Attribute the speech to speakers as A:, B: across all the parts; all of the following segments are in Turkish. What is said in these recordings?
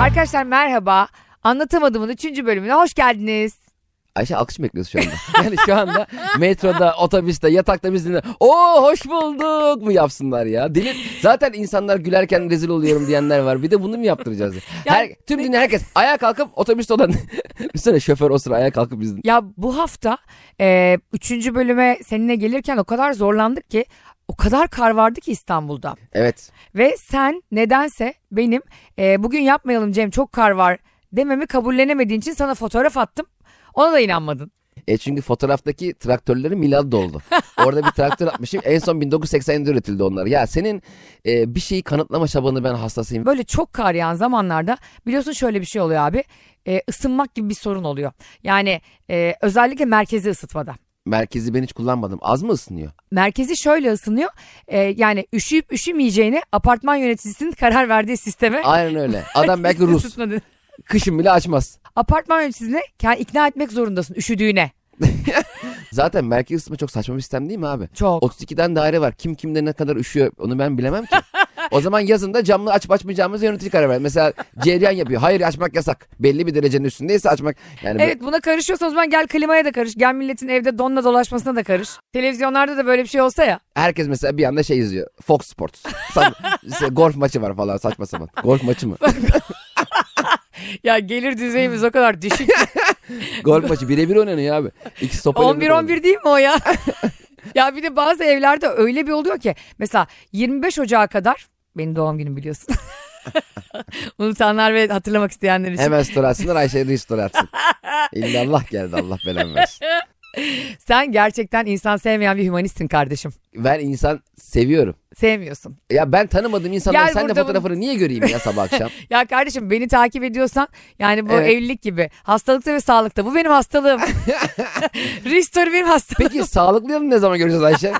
A: Arkadaşlar merhaba. Anlatamadığımın 3. bölümüne hoş geldiniz.
B: Ayşe alkış mı bekliyoruz şu anda? Yani şu anda metroda, otobüste, yatakta biz dinle. Oo hoş bulduk mu yapsınlar ya? Delir. Zaten insanlar gülerken rezil oluyorum diyenler var. Bir de bunu mu yaptıracağız? Her, tüm dünya herkes ayağa kalkıp otobüste olan... Üstüne şoför o sıra ayağa kalkıp biz
A: Ya bu hafta e, 3. bölüme seninle gelirken o kadar zorlandık ki o kadar kar vardı ki İstanbul'da.
B: Evet.
A: Ve sen nedense benim e, bugün yapmayalım Cem çok kar var dememi kabullenemediğin için sana fotoğraf attım. Ona da inanmadın.
B: E çünkü fotoğraftaki traktörleri milat doldu. Orada bir traktör atmışım. En son 1980'de üretildi onlar. Ya senin e, bir şeyi kanıtlama çabanı ben hastasıyım.
A: Böyle çok kar yağan zamanlarda biliyorsun şöyle bir şey oluyor abi. E, ısınmak gibi bir sorun oluyor. Yani e, özellikle merkezi ısıtmada.
B: Merkezi ben hiç kullanmadım. Az mı ısınıyor?
A: Merkezi şöyle ısınıyor. E, yani üşüyüp üşümeyeceğine apartman yöneticisinin karar verdiği sisteme
B: Aynen öyle. Adam belki Rus.
A: ısıtma dedi.
B: Kışın bile açmaz.
A: Apartman yöneticisine kendi ikna etmek zorundasın üşüdüğüne.
B: Zaten merkez ısıtma çok saçma bir sistem değil mi abi?
A: Çok.
B: 32'den daire var. Kim kimde ne kadar üşüyor onu ben bilemem ki. O zaman yazında camlı açıp açmayacağımız yönetici karar verir. Mesela cereyan yapıyor. Hayır açmak yasak. Belli bir derecenin üstündeyse açmak. Yani
A: Evet buna karışıyorsan o zaman gel klimaya da karış. Gel milletin evde donla dolaşmasına da karış. Televizyonlarda da böyle bir şey olsa ya.
B: Herkes mesela bir anda şey izliyor. Fox Sports. Sa- işte golf maçı var falan saçma sapan. Golf maçı mı?
A: Ya gelir düzeyimiz o kadar düşük.
B: golf maçı birebir oynanıyor abi. İki sopa elinde kalıyor.
A: 11-11 değil mi o ya? ya bir de bazı evlerde öyle bir oluyor ki. Mesela 25 Ocağı kadar benim doğum günüm biliyorsun. Unutanlar ve hatırlamak isteyenler için.
B: Hemen story atsınlar Ayşe de story atsın. İllallah geldi Allah belamı versin.
A: Sen gerçekten insan sevmeyen bir hümanistsin kardeşim.
B: Ben insan seviyorum.
A: Sevmiyorsun.
B: Ya ben tanımadığım insanlar
A: Gel
B: sen de
A: burada
B: fotoğrafını niye göreyim ya sabah akşam?
A: Ya kardeşim beni takip ediyorsan yani bu
B: Evet.
A: evlilik gibi hastalıkta ve sağlıkta bu benim hastalığım. Restore benim hastalığım.
B: Peki sağlıklıyım ne zaman göreceğiz Ayşe?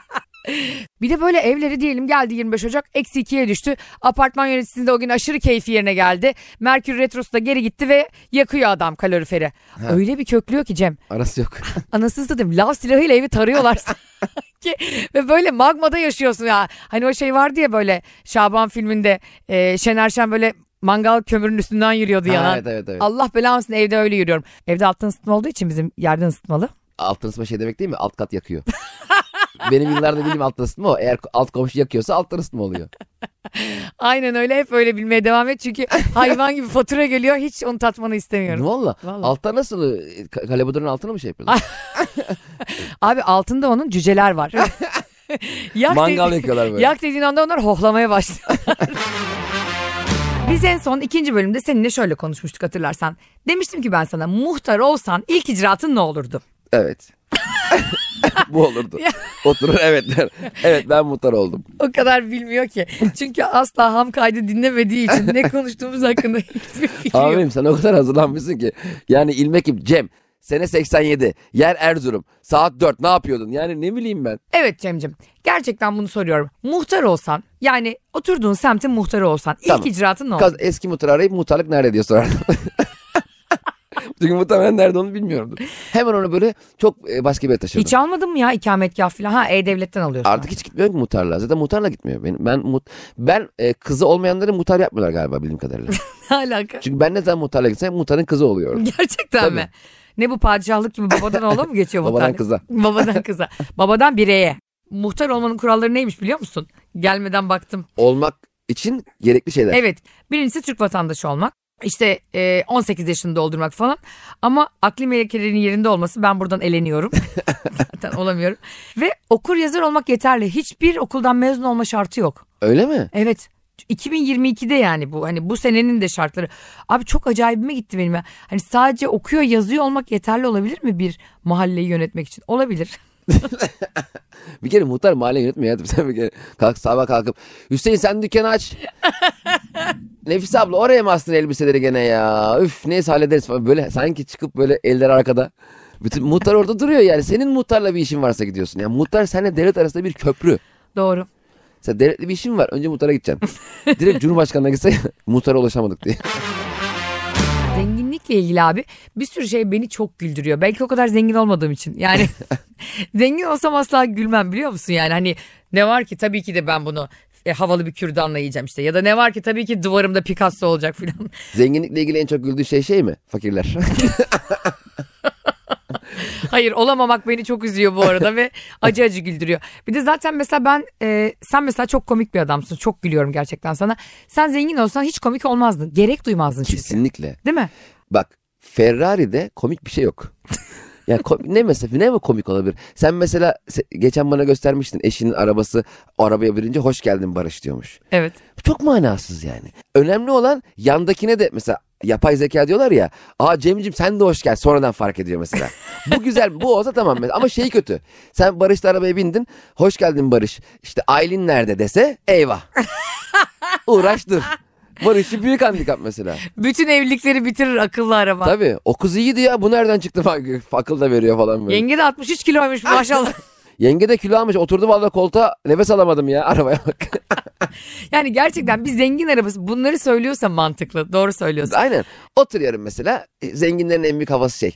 A: Bir de böyle evleri diyelim geldi 25 Ocak eksi 2'ye düştü. Apartman yöneticisi de o gün aşırı keyfi yerine geldi. Merkür Retrosu da geri gitti ve yakıyor adam kaloriferi. Öyle bir köklüyor ki Cem.
B: Arası yok.
A: Anasını satayım lav silahıyla evi tarıyorlar sanki. Ve böyle magmada yaşıyorsun ya. Hani o şey vardı ya böyle Şaban filminde e, Şener Şen böyle mangal kömürün üstünden yürüyordu yanan.
B: Ha, evet evet evet.
A: Allah belanı versin, evde öyle yürüyorum. Evde alttan ısıtma olduğu için bizim yerden ısıtmalı.
B: Altın ısıtma şey demek değil mi? Alt kat yakıyor. Benim yıllarda bildiğim altın ısıtma o. Eğer alt komşu yakıyorsa altın ısıtma oluyor.
A: Aynen öyle hep öyle bilmeye devam et çünkü hayvan gibi fatura geliyor hiç onu tatmanı
B: ne
A: istemiyorum.
B: valla?
A: Vallahi.
B: Altta nasıl? e, ka- Kalebodurun altına mı şey yapıyorlar?
A: Abi altında onun cüceler var. yak
B: Mangal
A: dediğin-
B: yakıyorlar böyle.
A: Yak dediğin anda onlar hohlamaya başlıyorlar. Biz en son ikinci bölümde seninle şöyle konuşmuştuk hatırlarsan. Demiştim ki ben sana muhtar olsan ilk icraatın ne olurdu?
B: Evet. Bu olurdu. Oturur evet der. Evet ben muhtar oldum.
A: O kadar bilmiyor ki. Çünkü asla ham kaydı dinlemediği için ne konuştuğumuz hakkında hiçbir fikri yok.
B: Abim sen o kadar hazırlanmışsın ki. Yani ilmekim Cem. Sene 87. Yer Erzurum. Saat 4 ne yapıyordun? Yani ne bileyim ben.
A: Evet Cemcim. Gerçekten bunu soruyorum. Muhtar olsan yani oturduğun semtin muhtarı olsan ilk
B: Tamam.
A: icraatın ne olur?
B: Kaz, eski muhtarı arayıp muhtarlık nerede diye sorardım. Çünkü muhtemelen nerede onu bilmiyorumdur. Hemen onu böyle çok e, başka bir yere taşırdım.
A: Hiç almadın mı ya ikametgah falan? Ha E-Devlet'ten alıyorsun.
B: Artık hiç gitmiyor ki muhtarlığa. Zaten muhtarla gitmiyor. Benim, ben mut, ben e, kızı olmayanları muhtar yapmıyorlar galiba bildiğim kadarıyla.
A: Ne alaka?
B: Çünkü ben ne zaman muhtarla gitsem muhtarın kızı oluyorum.
A: Gerçekten
B: Tabii.
A: mi? Ne bu padişahlık gibi babadan oğula mı geçiyor
B: Babadan
A: muhtarlık?
B: kıza.
A: Babadan kıza. Babadan bireye. Muhtar olmanın kuralları neymiş biliyor musun? Gelmeden baktım.
B: Olmak için gerekli şeyler.
A: Evet. Birincisi Türk vatandaşı olmak. İşte e, 18 yaşını doldurmak falan. Ama akli melekelerinin yerinde olması ben buradan eleniyorum. Zaten olamıyorum. Ve okur yazar olmak yeterli. Hiçbir okuldan mezun olma şartı yok.
B: Öyle mi?
A: Evet. 2022'de yani bu hani bu senenin de şartları. Abi çok acayibime gitti benim. ya. Hani sadece okuyor yazıyor olmak yeterli olabilir mi bir mahalleyi yönetmek için? Olabilir.
B: Bir kere muhtar mahalle yönetmiyor hayatım. Sen bir kere kalk sabah kalkıp Hüseyin sen dükkanı aç. Nefis abla oraya mı astın elbiseleri gene ya? Üf neyse hallederiz falan. Böyle sanki çıkıp böyle eller arkada. Bütün muhtar orada duruyor yani. Senin muhtarla bir işin varsa gidiyorsun. Yani muhtar seninle devlet arasında bir köprü.
A: Doğru.
B: Sen devletli bir işin var. Önce muhtara gideceksin. Direkt Cumhurbaşkanı'na gitsen muhtara ulaşamadık diye.
A: Zenginlikle ilgili abi bir sürü şey beni çok güldürüyor. Belki o kadar zengin olmadığım için. Yani zengin olsam asla gülmem biliyor musun? Yani hani ne var ki tabii ki de ben bunu e, havalı bir kürdanla yiyeceğim işte. Ya da ne var ki tabii ki duvarımda Picasso olacak filan.
B: Zenginlikle ilgili en çok güldüğü şey şey mi? Fakirler.
A: Hayır olamamak beni çok üzüyor bu arada ve acı acı güldürüyor. Bir de zaten mesela ben e, sen mesela çok komik bir adamsın. Çok gülüyorum gerçekten sana. Sen zengin olsan hiç komik olmazdın. Gerek duymazdın çünkü.
B: Kesinlikle.
A: Değil mi?
B: Bak Ferrari'de komik bir şey yok. Ya kom- ne mesela ne mi komik olabilir? Sen mesela se- geçen bana göstermiştin eşinin arabası arabaya binince hoş geldin Barış diyormuş.
A: Evet.
B: Çok manasız yani. Önemli olan yandakine de mesela yapay zeka diyorlar ya. Aa Cem'cim sen de hoş geldin. Sonradan fark ediyor mesela. bu güzel bu olsa tamam mesela. Ama şey kötü. Sen Barış'la arabaya bindin. Hoş geldin Barış. İşte Aylin nerede dese eyvah. Uğraştır. Barış'ı büyük handikap mesela.
A: Bütün evlilikleri bitirir akıllı araba.
B: Tabii o kız iyiydi ya bu nereden çıktı falan. Akıl da veriyor falan böyle.
A: Yenge de 63 kiloymuş maşallah.
B: Yenge de kilo almış oturdu vallahi koltuğa nefes alamadım ya arabaya bak.
A: yani gerçekten bir zengin arabası bunları söylüyorsa mantıklı. Doğru söylüyorsun.
B: Aynen oturuyorum mesela E, zenginlerin en büyük havası şey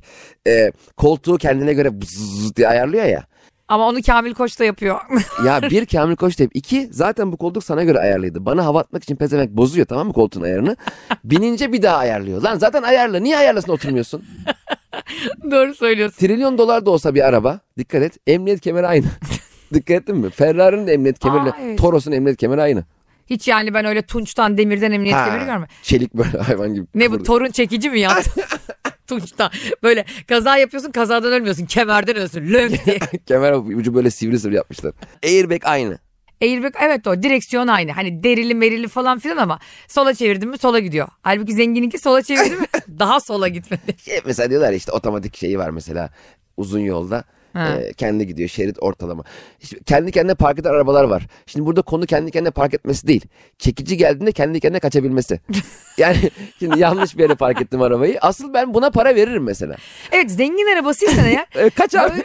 B: e, koltuğu kendine göre bzzz diye ayarlıyor ya.
A: Ama onu Kamil Koç da yapıyor.
B: Ya bir Kamil Koç deyip iki zaten bu koltuk sana göre ayarlıydı. Bana hava atmak için pezevenk bozuyor tamam mı koltuğun ayarını. Binince bir daha ayarlıyor. Lan zaten ayarlı niye ayarlasın oturmuyorsun?
A: Doğru söylüyorsun.
B: Trilyon dolar da olsa bir araba dikkat et emniyet kemeri aynı. dikkat ettin mi? Ferrari'nin de emniyet kemeriyle
A: Aa, evet.
B: Toros'un emniyet kemeri aynı.
A: Hiç yani ben öyle tunçtan demirden emniyet
B: Ha,
A: kemeri görmedim.
B: Çelik böyle hayvan gibi.
A: Ne bu
B: kıvırdı.
A: torun çekici mi ya? Tunçtan. Böyle kaza yapıyorsun kazadan ölmüyorsun. Kemerden ölüyorsun. Lönk diye.
B: Kemer ucu böyle sivri sivri yapmışlar. Airbag aynı.
A: Airbag evet o direksiyon aynı. Hani derili merili falan filan ama sola çevirdin mi sola gidiyor. Halbuki zengininki sola çevirdin mi daha sola gitmedi.
B: Şey, mesela diyorlar ya işte otomatik şeyi var mesela uzun yolda.
A: Ha.
B: e, kendi gidiyor şerit ortalama. İşte kendi kendine park eden arabalar var. Şimdi burada konu kendi kendine park etmesi değil. Çekici geldiğinde kendi kendine kaçabilmesi. yani şimdi yanlış bir yere park ettim arabayı. Asıl ben buna para veririm mesela.
A: Evet zengin arabasıysa ne ya?
B: E, kaç abi?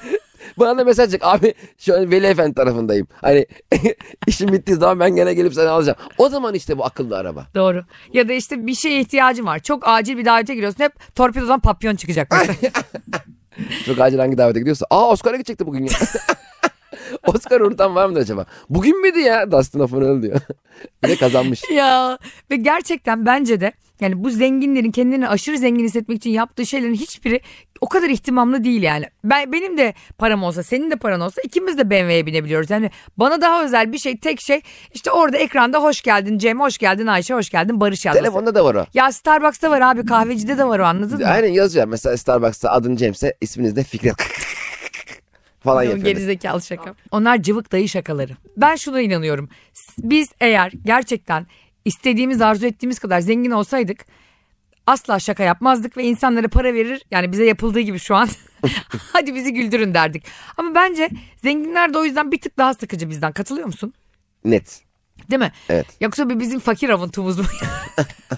B: Bana da mesaj çık. Abi şu an Veli Efendi tarafındayım. Hani işim bittiği zaman ben gene gelip seni alacağım. O zaman işte bu akıllı araba.
A: Doğru. Ya da işte bir şeye ihtiyacın var. Çok acil bir davete giriyorsun. Hep torpidodan papyon çıkacak. mesela.
B: Çok acil hangi davete gidiyorsa. Aa Oscar'a gidecekti bugün ya. Oscar unutan var mıdır acaba? Bugün müydü ya? Dustin Hoffman öldü diyor. Bir de kazanmış.
A: ya ve gerçekten bence de yani bu zenginlerin kendini aşırı zengin hissetmek için yaptığı şeylerin hiçbiri o kadar ihtimamlı değil yani. Ben benim de param olsa, senin de paran olsa ikimiz de BMW'ye binebiliyoruz. Yani bana daha özel bir şey, tek şey işte orada ekranda hoş geldin Cem, hoş geldin Ayşe, hoş geldin Barış yazması.
B: Telefonda da var o.
A: Ya Starbucks'ta var abi, kahvecide de var o anladın mı?
B: Aynen yazıyor. Mesela Starbucks'ta adın James'e isminiz de Fikret. falan
A: Yok,
B: yapıyor.
A: Gerizekalı şaka. Onlar cıvık dayı şakaları. Ben şuna inanıyorum. S- Biz eğer gerçekten istediğimiz, arzu ettiğimiz kadar zengin olsaydık asla şaka yapmazdık ve insanlara para verir. Yani bize yapıldığı gibi şu an. Hadi bizi güldürün derdik. Ama bence zenginler de o yüzden bir tık daha sıkıcı bizden. Katılıyor musun?
B: Net.
A: Değil mi?
B: Evet.
A: Yoksa bir bizim fakir avuntumuz mu?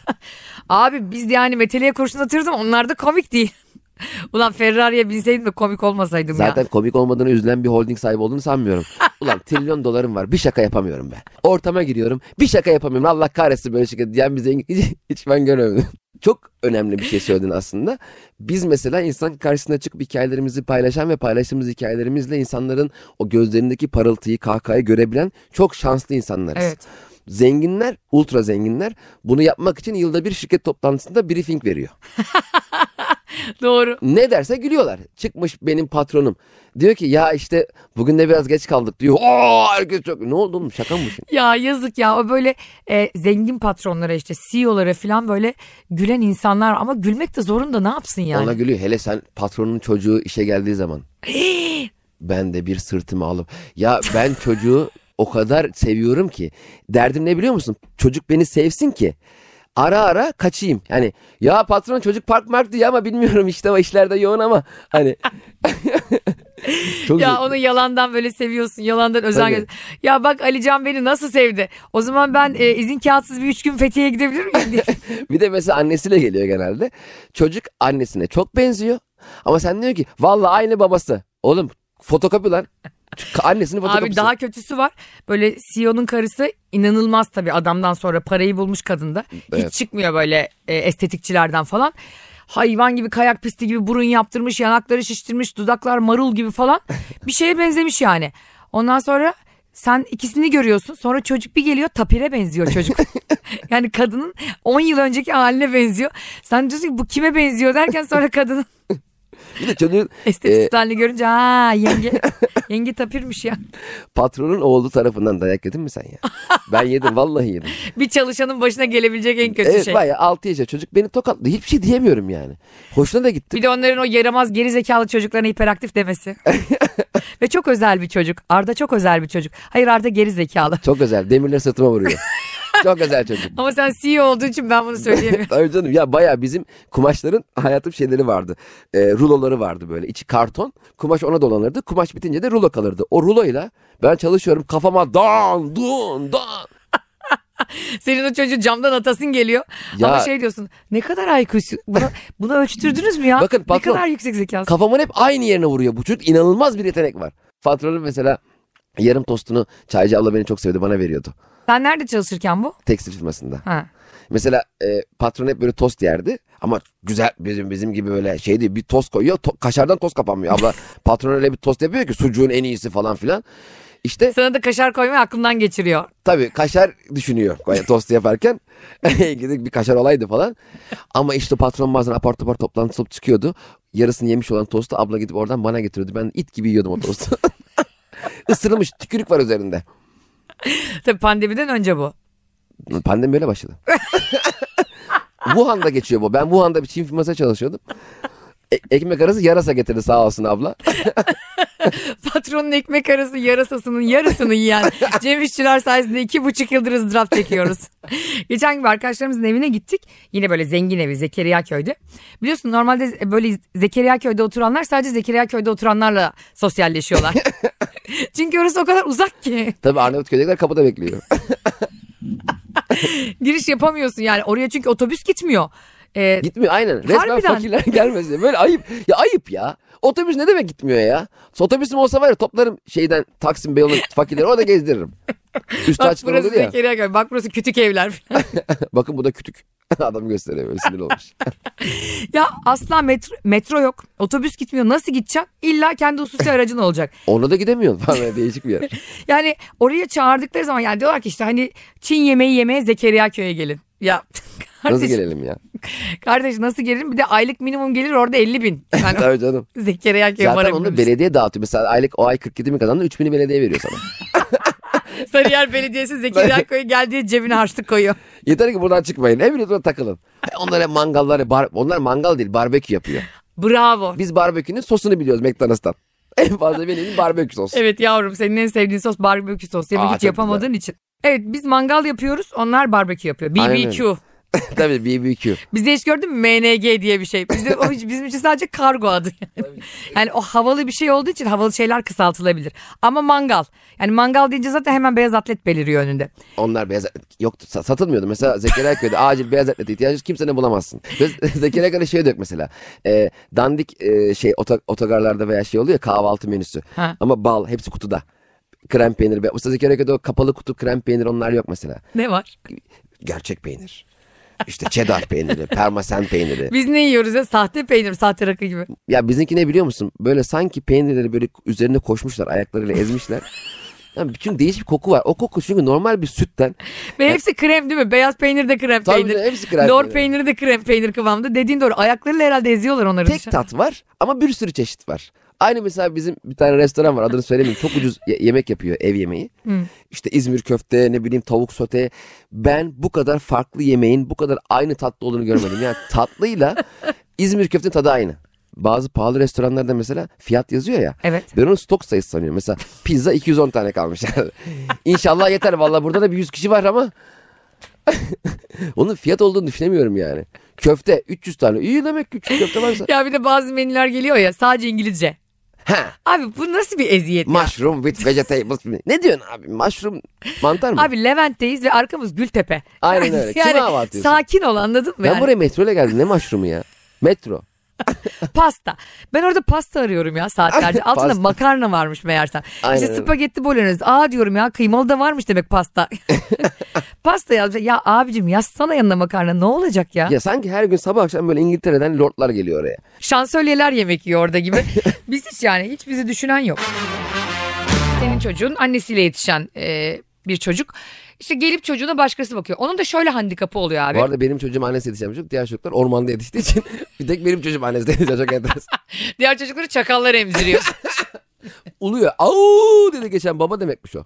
A: Abi biz de yani meteliğe kurşun atırız ama onlar da komik değil. Ulan Ferrari'ye binseydim de komik olmasaydım ya.
B: Zaten komik olmadığını üzülen bir holding sahibi olduğunu sanmıyorum. Ulan trilyon dolarım var bir şaka yapamıyorum ben. Ortama giriyorum bir şaka yapamıyorum. Allah kahretsin böyle şirket diyen bir zengin hiç, hiç ben görmedim. Çok önemli bir şey söyledin aslında. Biz mesela insan karşısına çıkıp hikayelerimizi paylaşan ve paylaştığımız hikayelerimizle insanların o gözlerindeki parıltıyı, kahkahayı görebilen çok şanslı insanlarız.
A: Evet.
B: Zenginler, ultra zenginler bunu yapmak için yılda bir şirket toplantısında briefing veriyor
A: Doğru.
B: ne derse gülüyorlar. Çıkmış benim patronum. Diyor ki ya işte bugün de biraz geç kaldık diyor. Aa herkes çok ne oldu oğlum şaka mı bu şimdi?
A: Ya yazık ya o böyle e, zengin patronlara işte CEO'lara falan böyle gülen insanlar ama gülmek de zorunda ne yapsın yani.
B: Ona gülüyor. Hele sen patronun çocuğu işe geldiği zaman. ben de bir sırtımı alıp ya ben çocuğu o kadar seviyorum ki derdim ne biliyor musun? Çocuk beni sevsin ki ara ara kaçayım. Yani ya patron çocuk park mark diyor ama bilmiyorum işte o işlerde yoğun ama hani Çok
A: Ya onu yalandan böyle seviyorsun yalandan özen
B: Tabii.
A: göster- Ya bak Alican beni nasıl sevdi. O zaman ben e, izin kağıtsız bir üç gün Fethiye'ye gidebilir miyim diye.
B: Bir de mesela annesiyle geliyor genelde. Çocuk annesine çok benziyor. Ama sen diyor ki vallahi aynı babası. Oğlum fotokopi lan. Ç- Annesinin fotokopisi.
A: Abi daha kötüsü var. Böyle CEO'nun karısı inanılmaz tabii adamdan sonra parayı bulmuş kadında.
B: Evet.
A: Hiç çıkmıyor böyle e, estetikçilerden falan. Hayvan gibi kayak pisti gibi burun yaptırmış, yanakları şiştirmiş, dudaklar marul gibi falan. Bir şeye benzemiş yani. Ondan sonra Sen ikisini görüyorsun sonra çocuk bir geliyor tapire benziyor çocuk. yani kadının 10 yıl önceki haline benziyor. Sen diyorsun ki bu kime benziyor derken sonra kadının
B: Bir de çocuğun
A: estetik halini görünce ha yenge yenge tapirmiş ya.
B: patronun oğlu tarafından dayak yedin mi sen ya? Ben yedim vallahi yedim.
A: Bir çalışanın başına gelebilecek en kötü
B: evet
A: şey.
B: bayağı 6 yaşa çocuk beni tokatladı. Hiçbir şey diyemiyorum yani. Hoşuna da gitti.
A: Bir de onların o yaramaz geri zekalı çocuklarına hiperaktif demesi. Ve çok özel bir çocuk. Arda çok özel bir çocuk. Hayır Arda geri zekalı.
B: Çok özel. Demirler sırtıma vuruyor. Çok özel çocuk.
A: Ama sen CEO olduğu için ben bunu söyleyemiyorum.
B: Tabii canım ya bayağı bizim kumaşların hayatım şeyleri vardı. Ee, ruloları vardı böyle. İçi karton. Kumaş ona dolanırdı. Kumaş bitince de rulo kalırdı. O ruloyla ben çalışıyorum kafama dan dun dan.
A: Senin o çocuğu camdan atasın geliyor.
B: Ya-
A: Ama şey diyorsun ne kadar IQ'su bunu, bunu ölçtürdünüz mü ya?
B: Bakın patron-
A: Ne kadar yüksek zekası?
B: Kafamın hep aynı yerine vuruyor. Bu çocuk inanılmaz bir yetenek var. Patronun mesela yarım tostunu çaycı abla beni çok sevdi bana veriyordu.
A: Sen nerede çalışırken bu?
B: Tekstil firmasında.
A: Ha.
B: Mesela e, patron hep böyle tost yerdi ama güzel bizim bizim gibi böyle şey değil bir tost koyuyor to- kaşardan tost kapanmıyor. Abla patron öyle bir tost yapıyor ki sucuğun en iyisi falan filan. İşte
A: Sana da kaşar koymayı aklımdan geçiriyor.
B: tabii kaşar düşünüyor yani tost yaparken gidip bir kaşar olaydı falan. Ama işte patron bazen apar topar toplantı olup çıkıyordu. Yarısını yemiş olan tostu abla gidip oradan bana getiriyordu. Ben it gibi yiyordum o tostu. Isırılmış tükürük var üzerinde.
A: Tabii pandemiden önce bu.
B: Pandemi böyle başladı. Wuhan'da geçiyor bu. Ben Wuhan'da bir Çin firmasına çalışıyordum. E- ekmek arası yarasa getirdi sağ olsun abla.
A: Patronun ekmek arası yarasasının yarısını yiyen Cem İşçiler sayesinde iki buçuk yıldır ızdırap çekiyoruz. Geçen gün arkadaşlarımızın evine gittik. Yine böyle zengin evi Zekeriya Köy'de. Biliyorsun normalde böyle Zekeriya Köy'de oturanlar sadece Zekeriya Köy'de oturanlarla sosyalleşiyorlar. Çünkü orası o kadar uzak ki.
B: Tabii Arnavutköy'dekiler kapıda bekliyor.
A: Giriş yapamıyorsun yani oraya çünkü otobüs gitmiyor. Ee,
B: Gitmiyor aynen. Resmen
A: Harbiden.
B: fakirler gelmez. diye. Böyle ayıp. Ya ayıp ya. Otobüs ne demek gitmiyor ya? Otobüsüm olsa var ya toplarım şeyden Taksim Beyoğlu fakirleri orada gezdiririm. Üstü
A: bak
B: açık
A: burası
B: olur ya.
A: Zekeriya Köy bak burası kütük evler.
B: Bakın bu da kütük. Adam gösteriyor böyle sinir olmuş.
A: ya asla metro, metro yok otobüs gitmiyor nasıl gideceksin? İlla kendi hususi aracın olacak.
B: Ona da gidemiyorsun falan böyle değişik bir yer.
A: Yani oraya çağırdıkları zaman yani diyorlar ki işte hani Çin yemeği yemeye Zekeriya köye gelin. Ya
B: Nasıl
A: kardeş,
B: gelelim ya?
A: kardeş nasıl gelin? Bir de aylık minimum gelir orada 50 bin. Yani
B: Tabii canım.
A: Zekeriya köye
B: Zaten onu
A: varabilir.
B: belediye dağıtıyor. Mesela aylık o ay 47 mi kazandı 3000'i belediye veriyor sana.
A: Sarıyer Belediyesi Zekeriya köye geldiği cebine harçlık koyuyor.
B: Yeter ki buradan çıkmayın. Eviniz burada takılın. Ay, Onlar hep mangallar, hep bar- onlar mangal değil barbekü yapıyor.
A: Bravo.
B: Biz barbekünün sosunu biliyoruz McDonald's'tan. En fazla benim barbekü sos.
A: Evet yavrum senin en sevdiğin sos barbekü sos. Yemek
B: Aa,
A: hiç
B: çok
A: yapamadığın için. Evet biz mangal yapıyoruz onlar barbekü yapıyor.
B: Aynen
A: BBQ.
B: Tabii BBQ.
A: Bizde hiç gördün mü MNG diye bir şey. Bizde o hiç- bizim için sadece kargo adı. yani o havalı bir şey olduğu için havalı şeyler kısaltılabilir. Ama mangal. Yani mangal deyince zaten hemen beyaz atlet beliriyor önünde.
B: Onlar beyaz atlet yoktu. sa- satılmıyordu. Mesela Zekeriya Köy'de acil beyaz atlete ihtiyacı kimsenin bulamazsın. Ve Zekeriya Köy'de şey dök mesela. Ee, dandik e, şey oto- otogarlarda veya şey oluyor ya kahvaltı menüsü.
A: Ha.
B: Ama bal hepsi kutuda. Krem peynir. be- Mesela Zekeriya Köy'de o kapalı kutu krem peynir onlar yok mesela.
A: Ne var?
B: gerçek peynir. İşte cheddar peyniri, parmesan peyniri.
A: Biz ne yiyoruz ya? Sahte peynir, sahte rakı gibi.
B: Ya bizimki ne biliyor musun? Böyle sanki peynirleri böyle üzerine koşmuşlar, ayaklarıyla ezmişler. Yani bütün değişik bir koku var. O koku çünkü normal bir sütten.
A: Ve hepsi krem değil mi? Beyaz peynir de krem
B: Tabii
A: peynir.
B: canım, hepsi krem
A: Lor
B: peynir.
A: peyniri de krem peynir kıvamında. Dediğin doğru. Ayaklarıyla herhalde eziyorlar onları.
B: Tek
A: dışarı.
B: tat var ama bir sürü çeşit var. Aynı mesela bizim bir tane restoran var adını söylemeyeyim. Çok ucuz ye- yemek yapıyor ev yemeği. İşte İzmir köfte ne bileyim tavuk sote. Ben bu kadar farklı yemeğin bu kadar aynı tatlı olduğunu görmedim. Yani tatlıyla İzmir köftenin tadı aynı. Bazı pahalı restoranlarda mesela fiyat yazıyor ya.
A: Evet.
B: Ben onu stok sayısı sanıyorum. Mesela pizza 210 tane kalmış. İnşallah yeter. Valla burada da bir 100 kişi var ama. Onun fiyat olduğunu düşünemiyorum yani. Köfte 300 tane. İyi demek ki küçük köfte varsa.
A: Ya bir de bazı menüler geliyor ya sadece İngilizce.
B: ha.
A: Abi bu nasıl bir eziyet? ya?
B: Mushroom with vegetables. Ne diyorsun abi? Mushroom mantar mı?
A: Abi Levent'teyiz ve arkamız Gültepe.
B: Aynen öyle. Kime hava atıyorsun?
A: Sakin ol anladın mı?
B: ben
A: yani?
B: buraya metro ile geldim. Ne mushroom'u ya? Metro.
A: Pasta. Ben orada pasta arıyorum ya saatlerce. Altında
B: Pasta.
A: makarna varmış meğersem.
B: Aynen
A: işte
B: öyle.
A: spagetti bolognese. Aa diyorum ya kıymalı da varmış demek pasta. pasta yaz. Ya abicim yazsana yanına makarna ne olacak ya?
B: Ya sanki her gün sabah akşam böyle İngiltere'den lordlar geliyor oraya.
A: Şansölyeler yemek yiyor orada gibi. Biz hiç yani hiç bizi düşünen yok.
C: Senin
A: Senin çocuğun annesiyle yetişen e, bir çocuk. İşte gelip çocuğuna başkası bakıyor. Onun da şöyle handikapı oluyor abi.
B: Bu arada benim çocuğum annesi yetişen bir çocuk. Diğer çocuklar ormanda yetiştiği için bir tek benim çocuğum annesi yetişen çok enteresan.
A: Diğer çocukları çakallar emziriyor.
B: Uluyor. Au dedi geçen baba demekmiş o.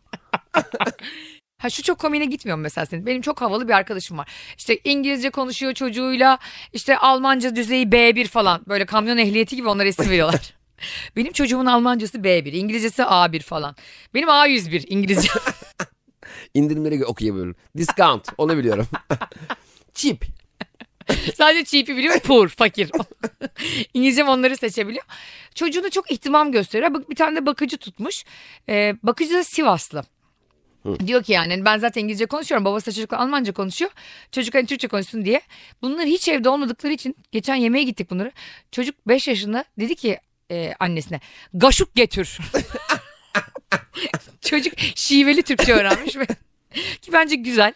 A: Ha şu çok komiğine gitmiyor mu mesela senin? Benim çok havalı bir arkadaşım var. İşte İngilizce konuşuyor çocuğuyla. işte Almanca düzeyi B1 falan. Böyle kamyon ehliyeti gibi onlara isim veriyorlar. Benim çocuğumun Almancası B1, İngilizcesi A1 falan. Benim A101 İngilizce.
B: İndirimleri gö- okuyamıyorum. Discount onu biliyorum. Cheap.
A: Sadece cheap'i biliyor, poor, fakir. İngilizcem onları seçebiliyor. Çocuğuna çok ihtimam gösteriyor. Bak- Bir tane de bakıcı tutmuş. Ee, bakıcı da Sivaslı. Diyor ki yani ben zaten İngilizce konuşuyorum. Babası da çocukla Almanca konuşuyor. Çocuk hani Türkçe konuşsun diye. Bunlar hiç evde olmadıkları için geçen yemeğe gittik bunları. Çocuk 5 yaşında dedi ki e, annesine gaşuk getir. Çocuk şiveli Türkçe öğrenmiş ve ki bence güzel.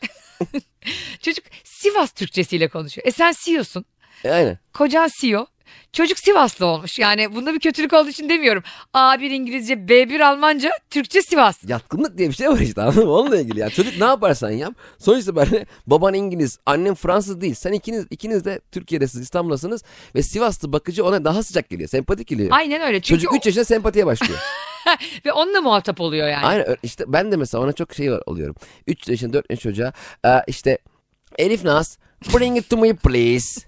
A: Çocuk Sivas Türkçesiyle konuşuyor. E sen CEO'sun.
B: E, aynen.
A: Kocan CEO. E Çocuk Sivaslı olmuş. Yani bunda bir kötülük olduğu için demiyorum. A1 İngilizce, B1 Almanca, Türkçe Sivas.
B: Yatkınlık diye bir şey var işte anladın mı? Onunla ilgili ya. Çocuk ne yaparsan yap. Sonuç itibariyle baban İngiliz, annen Fransız değil. Sen ikiniz ikiniz de Türkiye'desiniz, İstanbul'dasınız. Ve Sivaslı bakıcı ona daha sıcak geliyor. Sempatik geliyor.
A: Aynen öyle. Çünkü
B: Çocuk 3 yaşında sempatiye başlıyor.
A: o- ve onunla muhatap oluyor yani.
B: Aynen öyle. işte ben de mesela ona çok şey var, oluyorum. 3 yaşında 4 yaşında çocuğa e, işte Elif Naz bring it to me please.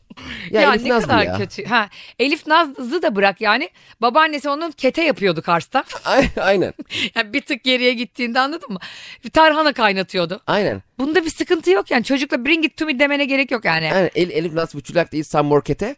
B: Ya,
A: Ya,
B: Elif
A: ne
B: Naz bu
A: kadar
B: ya.
A: kötü. Ha, Elif Naz'ı da bırak yani. Babaannesi onun kete yapıyordu Kars'ta.
B: Ay- Aynen
A: yani bir tık geriye gittiğinde anladın mı? Bir tarhana kaynatıyordu.
B: aynen.
A: Bunda bir sıkıntı yok yani. Çocukla bring it to me demene gerek yok yani.
B: Yani El, Elif Naz would you like to eat some more kete?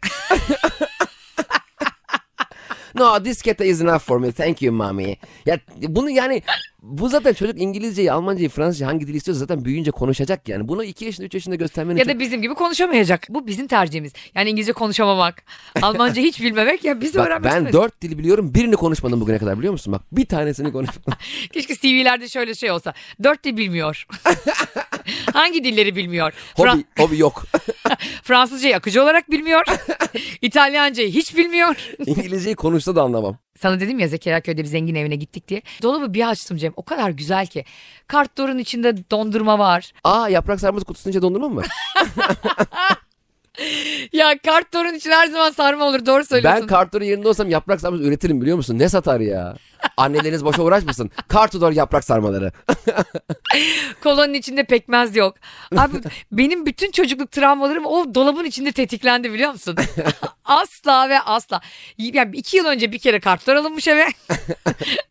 B: no this kete is enough for me thank you mommy. Ya bunu yani bu zaten çocuk İngilizceyi, Almancayı, Fransızcayı hangi dili istiyorsa zaten büyüyünce konuşacak yani. Bunu 2 yaşında 3 yaşında göstermenin
A: Ya
B: çok-
A: da bizim gibi konuşamayacak. Bu bizim tercihimiz. Yani İngilizce konuşamamak, Almanca hiç bilmemek ya biz de
B: Bak
A: öğrenmek
B: ben
A: istemedik.
B: dört dil biliyorum birini konuşmadım bugüne kadar biliyor musun? Bak bir tanesini konuşmadım.
A: Keşke CV'lerde şöyle şey olsa. Dört dil bilmiyor. Hangi dilleri bilmiyor?
B: hobi,
A: Fra-
B: hobi yok.
A: Fransızcayı akıcı olarak bilmiyor. İtalyancayı hiç bilmiyor.
B: İngilizceyi konuşsa da anlamam.
A: Sana dedim ya Zekeriya Köy'de bir zengin evine gittik diye. Dolabı bir açtım Cem. O kadar güzel ki. Kartdorun içinde dondurma var.
B: Aa yaprak sarması kutusunun içinde dondurma mı? var?
A: Ya kartdorun için her zaman sarma olur. Doğru söylüyorsun.
B: ben kartları yerinde olsam yaprak sarması üretirim biliyor musun? Ne satar ya? Anneleriniz boşa uğraşmasın. Kartudor yaprak sarmaları.
A: Kolonun içinde pekmez yok. Abi benim bütün çocukluk travmalarım o dolabın içinde tetiklendi biliyor musun? asla ve asla. Yani iki yıl önce bir kere kartlar alınmış eve.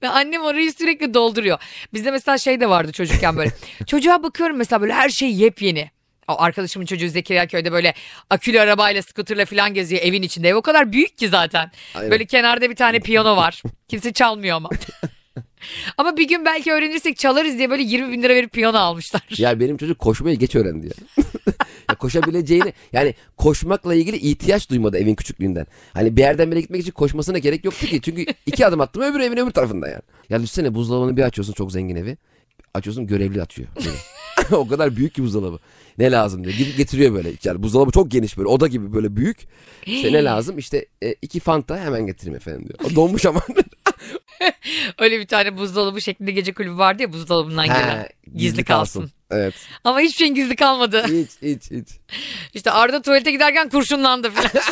A: ve annem orayı sürekli dolduruyor. Bizde mesela şey de vardı çocukken böyle. Çocuğa bakıyorum mesela böyle her şey yepyeni. O arkadaşımın çocuğu Zekeriya köyde böyle akülü arabayla, skuterla falan geziyor evin içinde. Ev o kadar büyük ki zaten.
B: Aynen.
A: Böyle kenarda bir tane piyano var. Kimse çalmıyor ama. Ama bir gün belki öğrenirsek çalarız diye böyle 20 bin lira verip piyano almışlar.
B: ya benim çocuk koşmayı geç öğrendi ya. Ya koşabileceğini yani koşmakla ilgili ihtiyaç duymadı evin küçüklüğünden. Hani bir yerden bir yere gitmek için koşmasına gerek yoktu ki. Çünkü iki adım attım öbür evin öbür tarafında yani. Ya düşünsene buzdolabını bir açıyorsun çok zengin evi. Açıyorsun görevli atıyor. böyle. o kadar büyük ki buzdolabı. Ne lazım diyor. Gidip getiriyor böyle. Yani buzdolabı çok geniş böyle. Oda gibi böyle büyük. İşte ne lazım? İşte e, iki fanta hemen getireyim efendim diyor. O donmuş ama.
A: Öyle bir tane buzdolabı şeklinde gece kulübü vardı ya buzdolabından
B: Ha,
A: gelen. Gizli kalsın.
B: Evet.
A: Ama hiçbir şeyin gizli kalmadı.
B: Hiç hiç hiç.
A: İşte Arda tuvalete giderken kurşunlandı falan.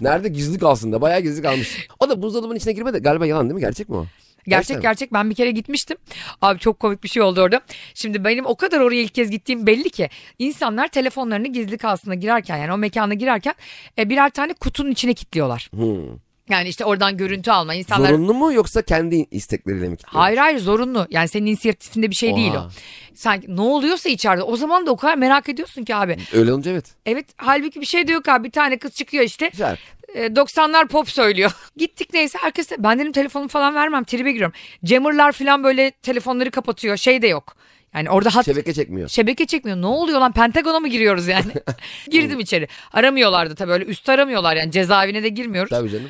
B: Nerede gizli kalsın da bayağı gizli kalmış. O da buzdolabının içine girmedi. Galiba yalan değil mi? Gerçek mi o? Gerçekten
A: gerçek
B: mi?
A: gerçek ben bir kere gitmiştim. Abi çok komik bir şey oldu orada. Şimdi benim o kadar oraya ilk kez gittiğim belli ki. insanlar telefonlarını gizli kalsına girerken yani o mekana girerken e, birer tane kutunun içine kilitliyorlar.
B: Hmm.
A: Yani işte oradan görüntü alma insanlar.
B: Zorunlu mu yoksa kendi istekleriyle mi kilitli?
A: Hayır hayır zorunlu. Yani senin inisiyatifinde bir şey
B: Oha.
A: değil o. Sanki ne oluyorsa içeride o zaman da o kadar merak ediyorsun ki abi.
B: Öyle olunca evet.
A: Evet halbuki bir şey de yok abi. Bir tane kız çıkıyor işte.
B: Güzel.
A: E, 90'lar pop söylüyor. Gittik neyse herkes de- ben dedim telefonumu falan vermem tribe giriyorum. Jammer'lar falan böyle telefonları kapatıyor şey de yok. Yani orada hat
B: Şebeke çekmiyor.
A: şebeke çekmiyor. Ne oluyor lan Pentagon'a mı giriyoruz yani? Girdim içeri. Aramıyorlardı tabii öyle üst aramıyorlar yani cezaevine de girmiyoruz.
B: Tabii canım.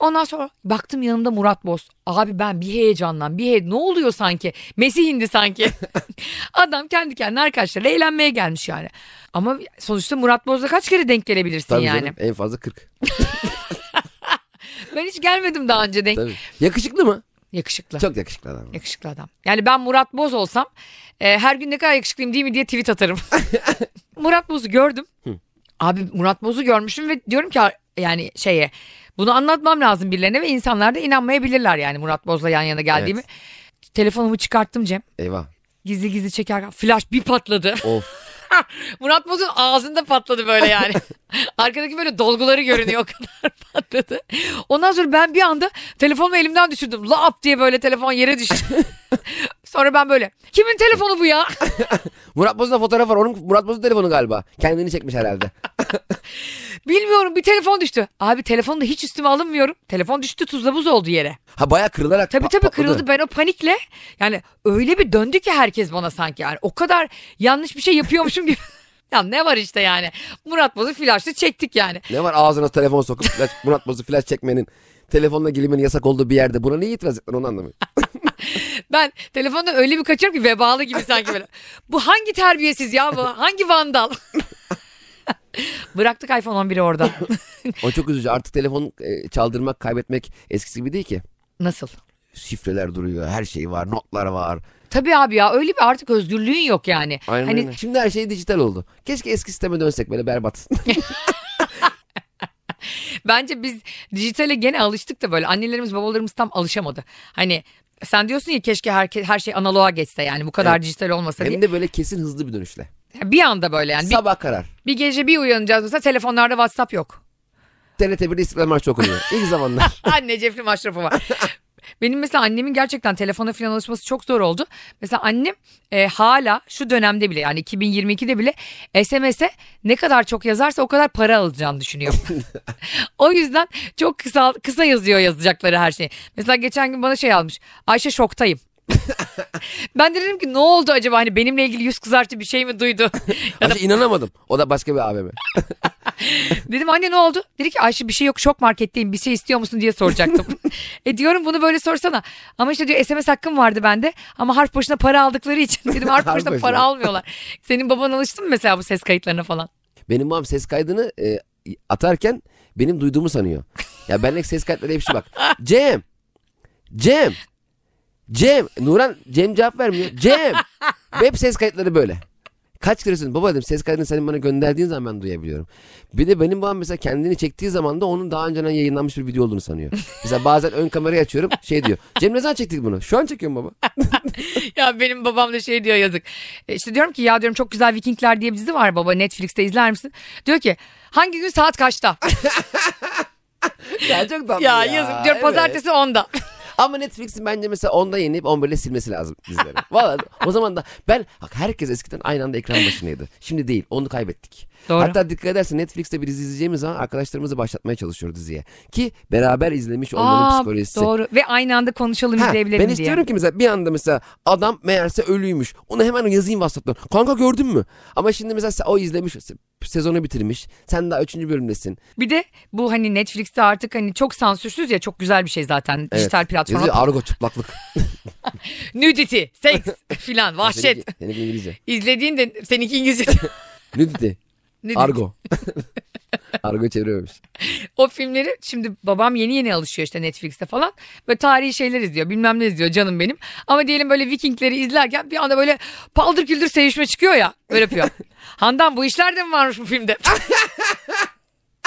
A: Ondan sonra baktım yanımda Murat Boz. Abi ben bir heyecandan bir he ne oluyor sanki? Mesih indi sanki. Adam kendi kendine arkadaşlarıyla eğlenmeye gelmiş yani. Ama sonuçta Murat Boz'la kaç kere denk gelebilirsin
B: Tabii
A: yani?
B: canım. En fazla 40.
A: Ben hiç gelmedim daha önce denk.
B: Tabii. Yakışıklı mı?
A: Yakışıklı.
B: Çok yakışıklı adam.
A: Yakışıklı adam. Yani ben Murat Boz olsam e, her gün ne kadar yakışıklıyım değil mi diye tweet atarım. Murat Boz'u gördüm. Abi Murat Boz'u görmüşüm ve diyorum ki yani şeye bunu anlatmam lazım birilerine ve insanlar da inanmayabilirler yani Murat Boz'la yan yana geldiğimi. Telefonumu çıkarttım Cem.
B: Eyvah.
A: Gizli gizli çekerken flash bir patladı.
B: Of.
A: Murat Boz'un ağzında patladı böyle yani. Arkadaki böyle dolguları görünüyor o kadar patladı. Ondan sonra ben bir anda telefonumu elimden düşürdüm. Lap diye böyle telefon yere düştü. sonra ben böyle kimin telefonu bu ya?
B: Murat Boz'un da fotoğraf var. Onun Murat Boz'un telefonu galiba. Kendini çekmiş herhalde.
A: Bilmiyorum bir telefon düştü. Abi telefonu da hiç üstüme alınmıyorum. Telefon düştü tuzla buz oldu yere.
B: Ha baya kırılarak
A: Tabii
B: pa-
A: tabii
B: patladı.
A: kırıldı. Ben o panikle yani öyle bir döndü ki herkes bana sanki yani o kadar yanlış bir şey yapıyormuşum gibi. ya ne var işte yani. Murat Boz'u flaşla çektik yani.
B: Ne var ağzına telefon sokup flash, Murat Boz'u flash çekmenin telefonla girmenin yasak olduğu bir yerde buna niye itiraz ettin onu anlamıyorum.
A: Ben telefonda öyle bir kaçıyorum ki vebalı gibi sanki böyle. Bu hangi terbiyesiz ya bu? Hangi vandal? Bıraktık iPhone 11'i orada.
B: O çok üzücü. Artık telefon e, çaldırmak, kaybetmek eskisi gibi değil ki.
A: Nasıl?
B: Şifreler duruyor, her şey var, notlar var.
A: Tabii abi ya öyle bir artık özgürlüğün yok yani.
B: Aynen
A: hani
B: öyle. Şimdi her şey dijital oldu. Keşke eski sisteme dönsek böyle berbat.
A: bence biz dijitale gene alıştık da böyle annelerimiz babalarımız tam alışamadı. Hani sen diyorsun ya keşke her, her şey analoğa geçse yani bu kadar
B: Evet.
A: dijital olmasa diye.
B: Hem de böyle kesin hızlı bir dönüşle.
A: Bir anda böyle yani Hani bir,
B: Sabah karar.
A: bir gece bir uyanacağız mesela telefonlarda WhatsApp yok.
B: TRT 1'de İstiklal Marşı okunuyor. İlk zamanlar.
A: Anne cefli maşrafı var. Benim mesela annemin gerçekten telefona falan alışması çok zor oldu. Mesela annem e, hala şu dönemde bile yani 2022'de bile SMS'e ne kadar çok yazarsa o kadar para alacağını düşünüyor. o yüzden çok kısa kısa yazıyor yazacakları her şeyi. Mesela geçen gün bana şey almış. Ayşe şoktayım. ben de dedim ki ne oldu acaba hani benimle ilgili yüz kızartıcı bir şey mi duydu?
B: Ayşe inanamadım. O da başka bir AVM.
A: Dedim anne ne oldu? Dedi ki Ayşe bir şey yok şok marketteyim bir şey istiyor musun diye soracaktım. e diyorum bunu böyle sorsana. Ama işte diyor SMS hakkım vardı bende ama harf başına para aldıkları için dedim harf
B: Harf
A: başına
B: başına.
A: para almıyorlar. Senin baban alıştı mı mesela bu ses kayıtlarına falan?
B: Benim babam ses kaydını e, atarken benim duyduğumu sanıyor. Ya benlik ses kayıtları hep şu bak. Cem. Cem. Cem. Nuran Cem cevap vermiyor. Cem. Hep ses kayıtları böyle. Kaç kere söyledim baba dedim ses kaydını senin bana gönderdiğin zaman ben duyabiliyorum. Bir de benim babam mesela kendini çektiği zaman da onun daha önceden yayınlanmış bir video olduğunu sanıyor. Mesela bazen ön kamerayı açıyorum şey diyor. Cem ne zaman çektik bunu? Şu an çekiyorum baba.
A: ya benim babam da şey diyor yazık. E işte diyorum ki ya diyorum çok güzel Vikingler diye bir dizi var baba Netflix'te izler misin? Diyor ki hangi gün saat kaçta?
B: ya çok tatlı
A: ya, yazık diyor
B: Evet.
A: pazartesi 10'da.
B: Ama Netflix'in bence mesela 10'da yenilip 11'de silmesi lazım dizileri. Valla o zaman da ben bak herkes eskiden aynı anda ekran başındaydı. Şimdi değil onu kaybettik.
A: Doğru.
B: Hatta dikkat edersen Netflix'te bir dizi izleyeceğimiz zaman arkadaşlarımızı başlatmaya çalışıyoruz diziye. Ki beraber izlemiş olmanın
A: Aa,
B: psikolojisi.
A: doğru ve aynı anda konuşalım
B: Ha,
A: izleyebilelim
B: ben
A: diye.
B: istiyorum ki mesela bir anda mesela adam meğerse ölüymüş. Onu hemen yazayım WhatsApp'tan. Kanka gördün mü? Ama şimdi mesela se- o izlemiş se- sezonu bitirmiş. Sen daha 3. bölümdesin.
A: Bir de bu hani Netflix'te artık hani çok sansürsüz ya çok güzel bir şey zaten dijital platform.
B: Yazıyor argo çıplaklık.
A: Nudity, seks filan vahşet.
B: Seninki- seninki İngilizce.
A: İzlediğin de seninki İngilizce.
B: Nudity.
A: Nudity.
B: Argo. Argo çeviriyormuş.
A: O filmleri şimdi babam yeni yeni alışıyor işte Netflix'te falan. Böyle tarihi şeyler izliyor bilmem ne izliyor canım benim. Ama diyelim böyle Vikingleri izlerken bir anda böyle paldır küldür sevişme çıkıyor ya. Böyle yapıyor. Handan bu işler de mi varmış bu filmde?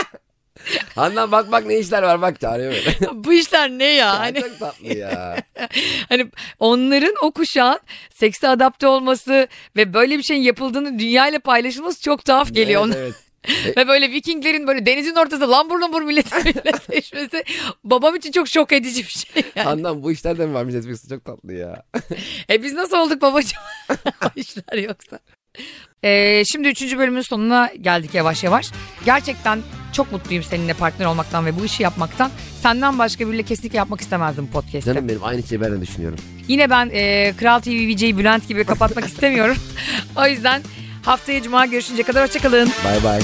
B: Handan bak bak ne işler var bak çağırıyor böyle.
A: bu işler ne ya? Hani,
B: Çok tatlı ya.
A: hani onların o kuşağın sekse adapte olması ve böyle bir şeyin yapıldığını dünyayla paylaşılması çok tuhaf geliyor. ona.
B: Evet, evet.
A: Ve böyle Vikinglerin böyle denizin ortasında lambur lambur milletle seçmesi babam için çok şok edici bir şey. Yani.
B: Handan bu işler de mi varmış Netflix'te çok tatlı ya.
A: E biz nasıl olduk babacığım? O İşler yoksa. Ee, şimdi üçüncü bölümün sonuna geldik yavaş yavaş. Gerçekten çok mutluyum seninle partner olmaktan ve bu işi yapmaktan. Senden başka biriyle kesinlikle yapmak istemezdim podcast'ı.
B: Canım benim aynı şeyi ben de düşünüyorum.
A: Yine ben e, Kral TV VC'yi Bülent gibi kapatmak istemiyorum. o yüzden haftaya cuma görüşünce kadar hoşçakalın.
B: Bay bay.